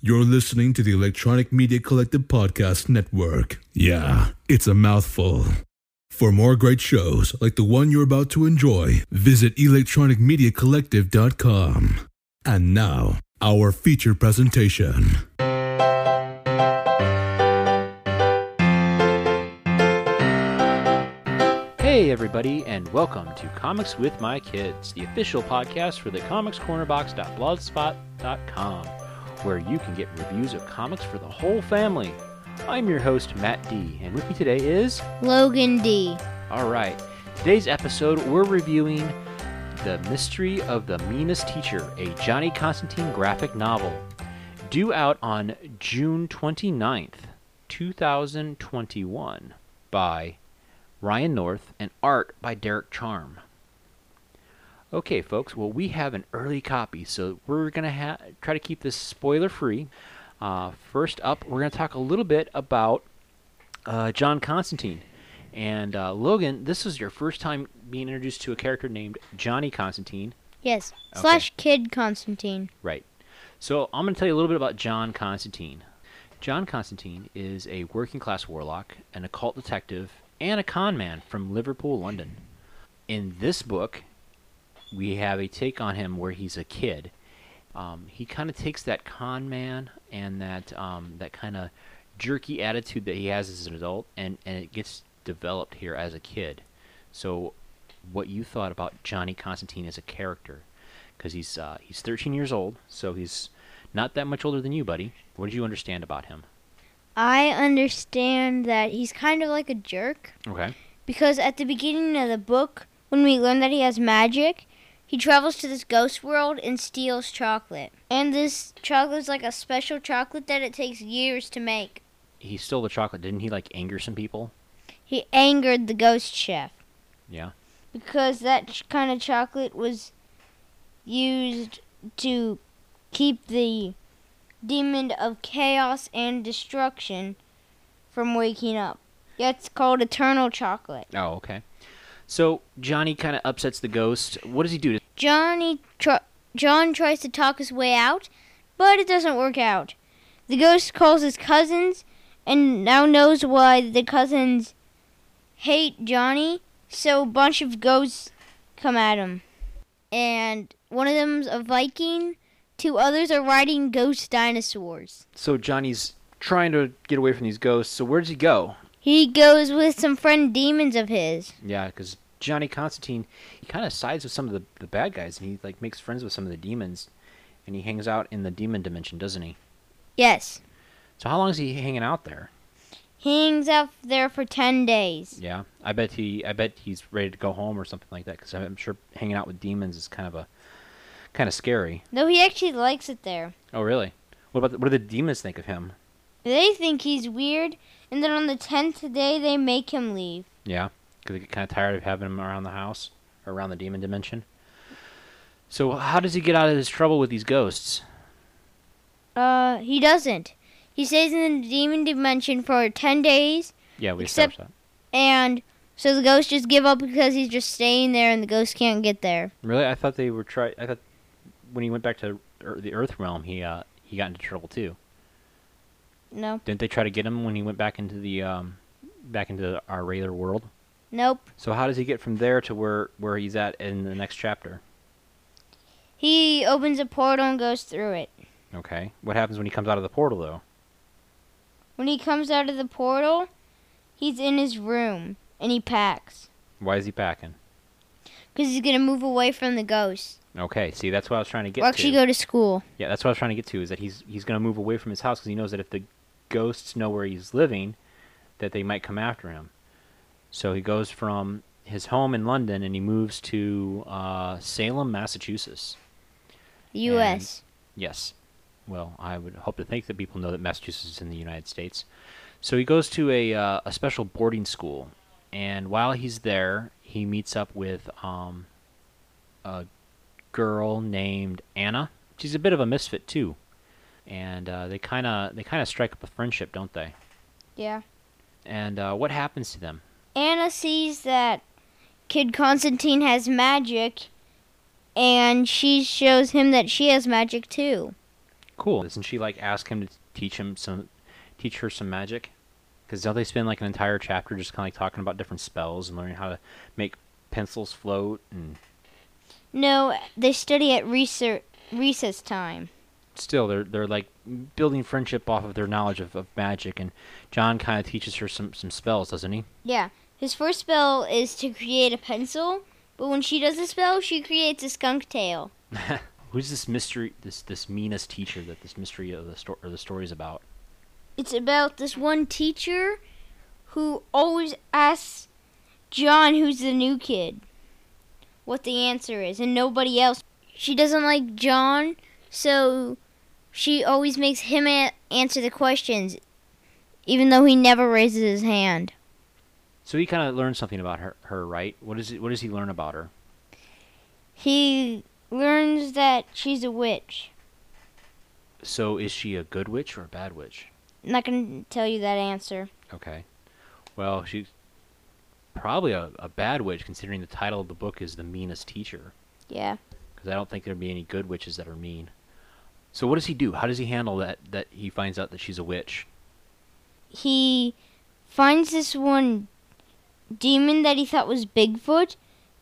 You're listening to the Electronic Media Collective Podcast Network. Yeah, it's a mouthful. For more great shows like the one you're about to enjoy, visit electronicmediacollective.com. And now, our feature presentation. Hey, everybody, and welcome to Comics with My Kids, the official podcast for the comicscornerbox.blogspot.com, where you can get reviews of comics for the whole family. I'm your host, Matt D, and with me today is. Logan D. All right, today's episode, we're reviewing The Mystery of the Meanest Teacher, a Johnny Constantine graphic novel, due out on June 29th, 2021, by Ryan North, and art by Derek Charm. Okay, folks, well, we have an early copy, so we're going to ha- try to keep this spoiler free. Uh, first up, we're going to talk a little bit about uh, John Constantine. And uh, Logan, this is your first time being introduced to a character named Johnny Constantine. Yes. Okay. Slash Kid Constantine. Right. So I'm going to tell you a little bit about John Constantine. John Constantine is a working class warlock, an occult detective, and a con man from Liverpool, London. In this book, we have a take on him where he's a kid. Um, he kind of takes that con man and that um, that kind of jerky attitude that he has as an adult, and, and it gets developed here as a kid. So, what you thought about Johnny Constantine as a character? because he's uh, he's 13 years old, so he's not that much older than you, buddy. What did you understand about him? I understand that he's kind of like a jerk Okay. because at the beginning of the book, when we learn that he has magic, he travels to this ghost world and steals chocolate. And this chocolate is like a special chocolate that it takes years to make. He stole the chocolate, didn't he? Like anger some people. He angered the ghost chef. Yeah. because that ch- kind of chocolate was used to keep the demon of chaos and destruction from waking up. That's called eternal chocolate. Oh, okay. So Johnny kind of upsets the ghost. What does he do? Johnny tr- John tries to talk his way out, but it doesn't work out. The ghost calls his cousins and now knows why the cousins hate Johnny, so a bunch of ghosts come at him. And one of them's a Viking, two others are riding ghost dinosaurs. So Johnny's trying to get away from these ghosts. So where does he go? He goes with some friend demons of his. Yeah, because Johnny Constantine, he kind of sides with some of the, the bad guys, and he like makes friends with some of the demons, and he hangs out in the demon dimension, doesn't he? Yes. So how long is he hanging out there? He hangs out there for 10 days. Yeah, I bet he. I bet he's ready to go home or something like that. Because I'm sure hanging out with demons is kind of a, kind of scary. Though he actually likes it there. Oh, really? What about the, what do the demons think of him? They think he's weird, and then on the tenth day they make him leave. Yeah, because they get kind of tired of having him around the house or around the demon dimension. So how does he get out of his trouble with these ghosts? Uh, he doesn't. He stays in the demon dimension for ten days, Yeah, we Except- established and so the ghosts just give up because he's just staying there, and the ghosts can't get there. that. Really, I thought they were try. I thought when he went back to Ear- the Earth realm, he uh he got into trouble too. No, Didn't they try to get him when he went back into the um back into our regular world? nope. So how does he get from there to where where he's at in the next chapter? He opens a portal and goes through it. Okay. What happens when he comes out of the portal though? When he comes out of the portal, he's in his room and he packs Why is he packing? because he's gonna move away from the ghosts. Okay, see that's what I was trying to get Or actually, to. go to school. yeah, that's what I was trying to get to is that he's he's going to move away from his house cuz he knows that if the ghosts know where he's living that they might come after him. So he goes from his home in London and he moves to uh, Salem, Massachusetts. The U.S. Yes. Well, I would hope to think that people know that Massachusetts is in the United States. So he goes to a, uh, a special boarding school, and while he's there, he meets up with um, a girl named Anna. She's a bit of a misfit too, and uh, they kind of they kind of strike up a friendship, don't they? yeah. And uh, what happens to them? Anna sees that Kid Constantine has magic, and she shows him that she has magic too. cool. Doesn't she like ask him to teach him some, teach her some magic? Because don't they spend like an entire chapter just kind of like talking about different spells and learning how to make pencils float and No, they study at research, recess time. still they're they're like building friendship off of their knowledge of, of magic and John kind of teaches her some some spells, doesn't he? Yeah. His first spell is to create a pencil, but when she does the spell, she creates a skunk tail. Who's this mystery this this meanest teacher that this mystery of the story or the story is about? It's about this one teacher who always asks John, who's the new kid, what the answer is, and nobody else. She doesn't like John, so she always makes him a- answer the questions, even though he never raises his hand. So he kind of learns something about her, her right? What is it? What does he learn about her? He learns that she's a witch. So is she a good witch or a bad witch? I'm not going to tell you that answer. Okay. Well, she's probably a, a bad witch considering the title of the book is The Meanest Teacher. Yeah. Because I don't think there'd be any good witches that are mean. So what does he do? How does he handle that that he finds out that she's a witch? he finds this one demon that he thought was Bigfoot,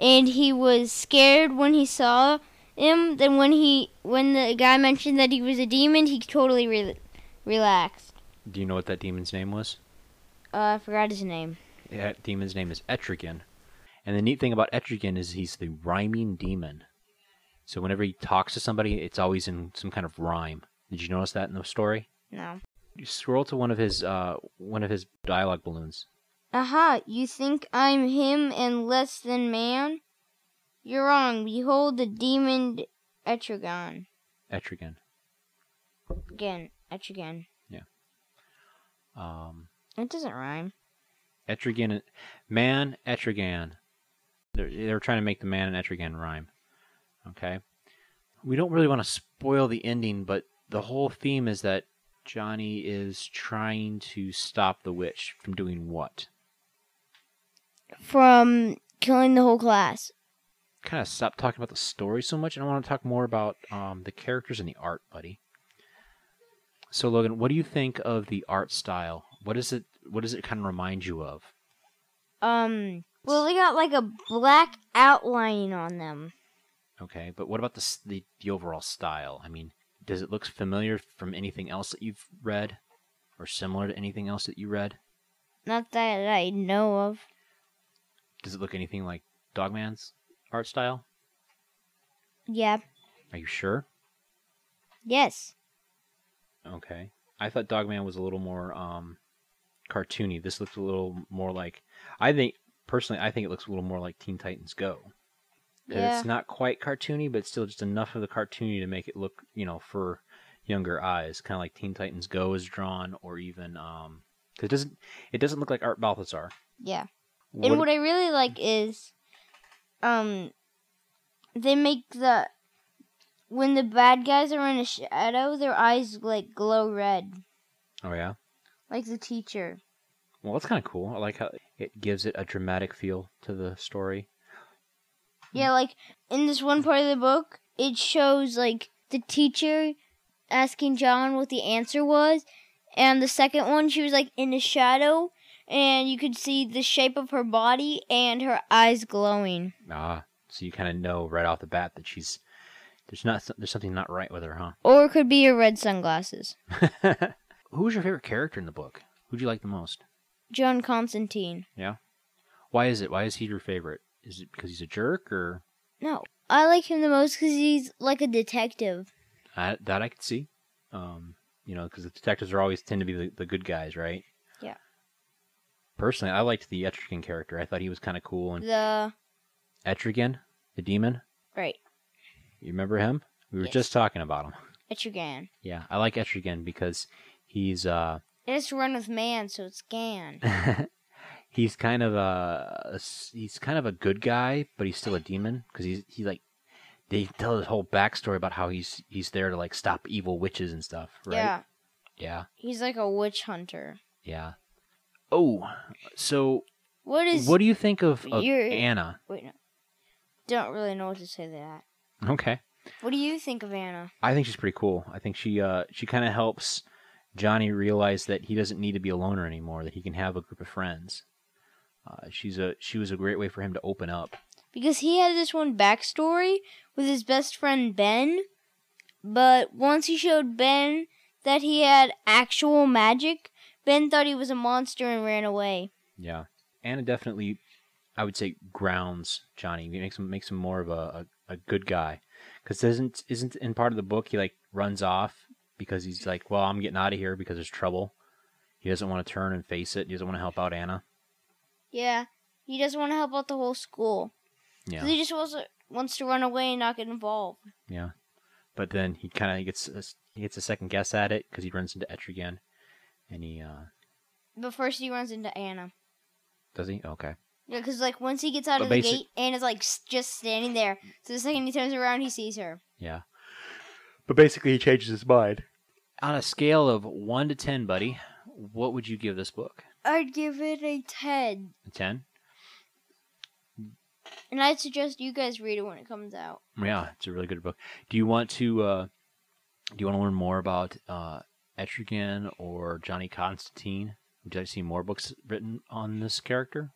and he was scared when he saw him. Then when he when the guy mentioned that he was a demon, he totally re- relaxed. Do you know what that demon's name was? Uh, I forgot his name. That demon's name is Etrigan. And the neat thing about Etrigan is he's the rhyming demon. So whenever he talks to somebody, it's always in some kind of rhyme. Did you notice that in the story? No. You scroll to one of his uh, one of his dialogue balloons. Aha! You think I'm him and less than man? You're wrong. Behold the demon Etrigan. Etrigan. Again, Etrigan. Um, It doesn't rhyme. Etrigan, man, Etrigan. They're, they're trying to make the man and Etrigan rhyme. Okay. We don't really want to spoil the ending, but the whole theme is that Johnny is trying to stop the witch from doing what? From killing the whole class. Kind of stop talking about the story so much, and I want to talk more about um, the characters and the art, buddy. So, Logan, what do you think of the art style? What is it? What does it kind of remind you of? Um. Well, they got like a black outlining on them. Okay, but what about the, s- the the overall style? I mean, does it look familiar from anything else that you've read, or similar to anything else that you read? Not that I know of. Does it look anything like Dogman's art style? Yeah. Are you sure? Yes. Okay, I thought Dogman was a little more um, cartoony. This looks a little more like I think personally, I think it looks a little more like Teen Titans Go. 'Cause Yeah. It's not quite cartoony, but still just enough of the cartoony to make it look, you know, for younger eyes, kind of like Teen Titans Go is drawn, or even um, 'cause it doesn't it doesn't look like Art Balthazar. Yeah. What- And what I really like is, um, they make the when the bad guys are in a shadow, their eyes like glow red, oh yeah, like the teacher. well that's kind of cool. I like how it gives it a dramatic feel to the story. Yeah, like in this one part of the book, it shows like the teacher asking John what the answer was, and the second one, she was like in the shadow, and you could see the shape of her body and her eyes glowing. Ah, so you kind of know right off the bat that she's there's not there's something not right with her, huh? Or it could be her red sunglasses. Who was your favorite character in the book? Who'd you like the most? John Constantine. Why is it? Why is he your favorite? Is it because he's a jerk or No, I like him the most because he's like a detective. I, that I could see? Um, you know, because the detectives are always tend to be the, the good guys, right? Yeah. Personally, I liked the Etrigan character. I thought he was kind of cool. And The Etrigan, the demon, right, you remember him? We were Yes. just talking about him. Etrigan. Yeah, I like Etrigan because he's uh And it's run with man, so it's Gan. he's kind of a s- he's kind of a good guy, but he's still a demon because he's he like they tell his whole backstory about how he's he's there to like stop evil witches and stuff, right? Yeah, yeah, he's like a witch hunter. yeah. Oh, so What is? what do you think of, of You're- Anna? Wait, no. Don't really know what to say to that. Okay, What do you think of Anna? I think she's pretty cool. I think she uh, she kind of helps Johnny realize that he doesn't need to be a loner anymore. That he can have a group of friends. Uh, she's a she was a great way for him to open up. Because he had this one backstory with his best friend Ben, but once he showed Ben that he had actual magic, Ben thought he was a monster and ran away. Yeah, Anna definitely, I would say, grounds Johnny. It makes him makes him more of a, a, a good guy. Because isn't isn't in part of the book he like runs off because he's like, well, I'm getting out of here because there's trouble. He doesn't want to turn and face it. He doesn't want to help out Anna. Yeah, he doesn't want to help out the whole school. Yeah. 'Cause He just wants to, wants to run away and not get involved. Yeah, but then he kind of gets a, he gets a second guess at it because he runs into Etch again, and he uh But first he runs into Anna. does he okay Yeah, because like once he gets out But of the basic- gate, Anna's like s- just standing there. So the second he turns around, he sees her. yeah. But basically, he changes his mind. On a scale of one to ten, buddy, what would you give this book? I'd give it a ten, A ten? and I'd suggest you guys read it when it comes out. Yeah, it's a really good book. Do you want to uh do you want to learn more about uh Etrigan or Johnny Constantine? Would you like to see more books written on this character?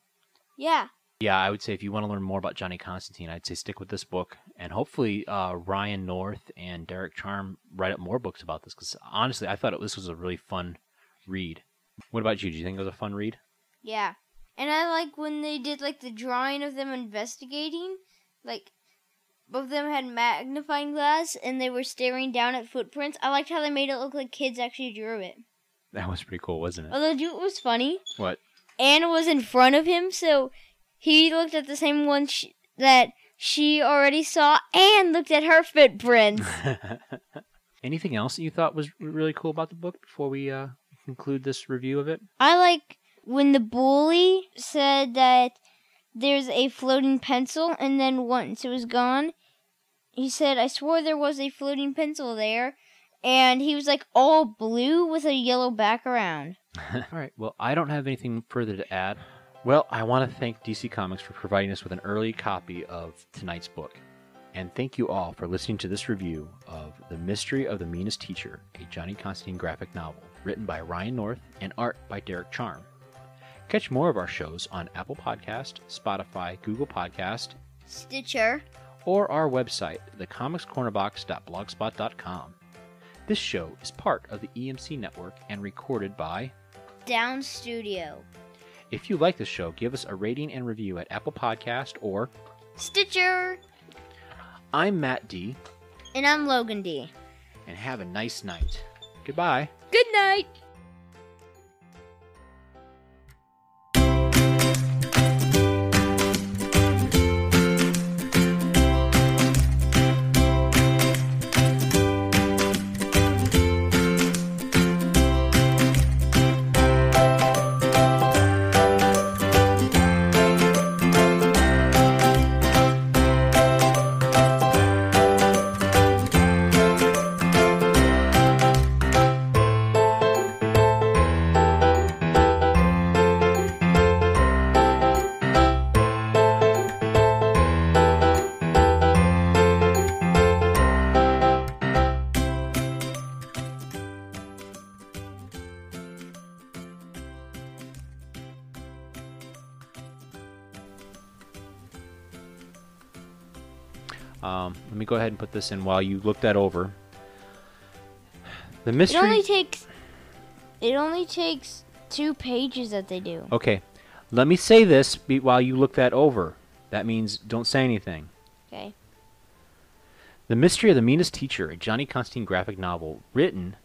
Yeah, Yeah, I would say if you want to learn more about Johnny Constantine, I'd say stick with this book, and hopefully uh, Ryan North and Derek Charm write up more books about this. Because honestly, I thought it, this was a really fun read. What about you? Do you think it was a fun read? yeah. And I like when they did like the drawing of them investigating, like both of them had magnifying glass and they were staring down at footprints. I liked how they made it look like kids actually drew it. That was pretty cool, wasn't it? Although, do you know what was funny? What? Anna was in front of him, so he looked at the same one sh that she already saw and looked at her footprints. Anything else that you thought was really cool about the book before we uh, conclude this review of it? I like when the bully said that there's a floating pencil, and then once it was gone, he said, I swore there was a floating pencil there. And he was like all blue with a yellow background. All right. Well, I don't have anything further to add. Well, I want to thank DC Comics for providing us with an early copy of tonight's book. And thank you all for listening to this review of The Mystery of the Meanest Teacher, a Johnny Constantine graphic novel written by Ryan North and art by Derek Charm. Catch more of our shows on Apple Podcast, Spotify, Google Podcast, Stitcher. or our website, thecomicscornerbox.blogspot.com. This show is part of the EMC network and recorded by Down Studio. If you like this show, give us a rating and review at Apple Podcast or Stitcher. I'm Matt D And I'm Logan D. and have a nice night. Goodbye. Good night. Um, let me go ahead and put this in while you look that over. The It mystery. only takes. It only takes two pages that they do. okay, let me say this be- while you look that over. That means don't say anything. Okay. The Mystery of the Meanest Teacher, a Johnny Constantine graphic novel written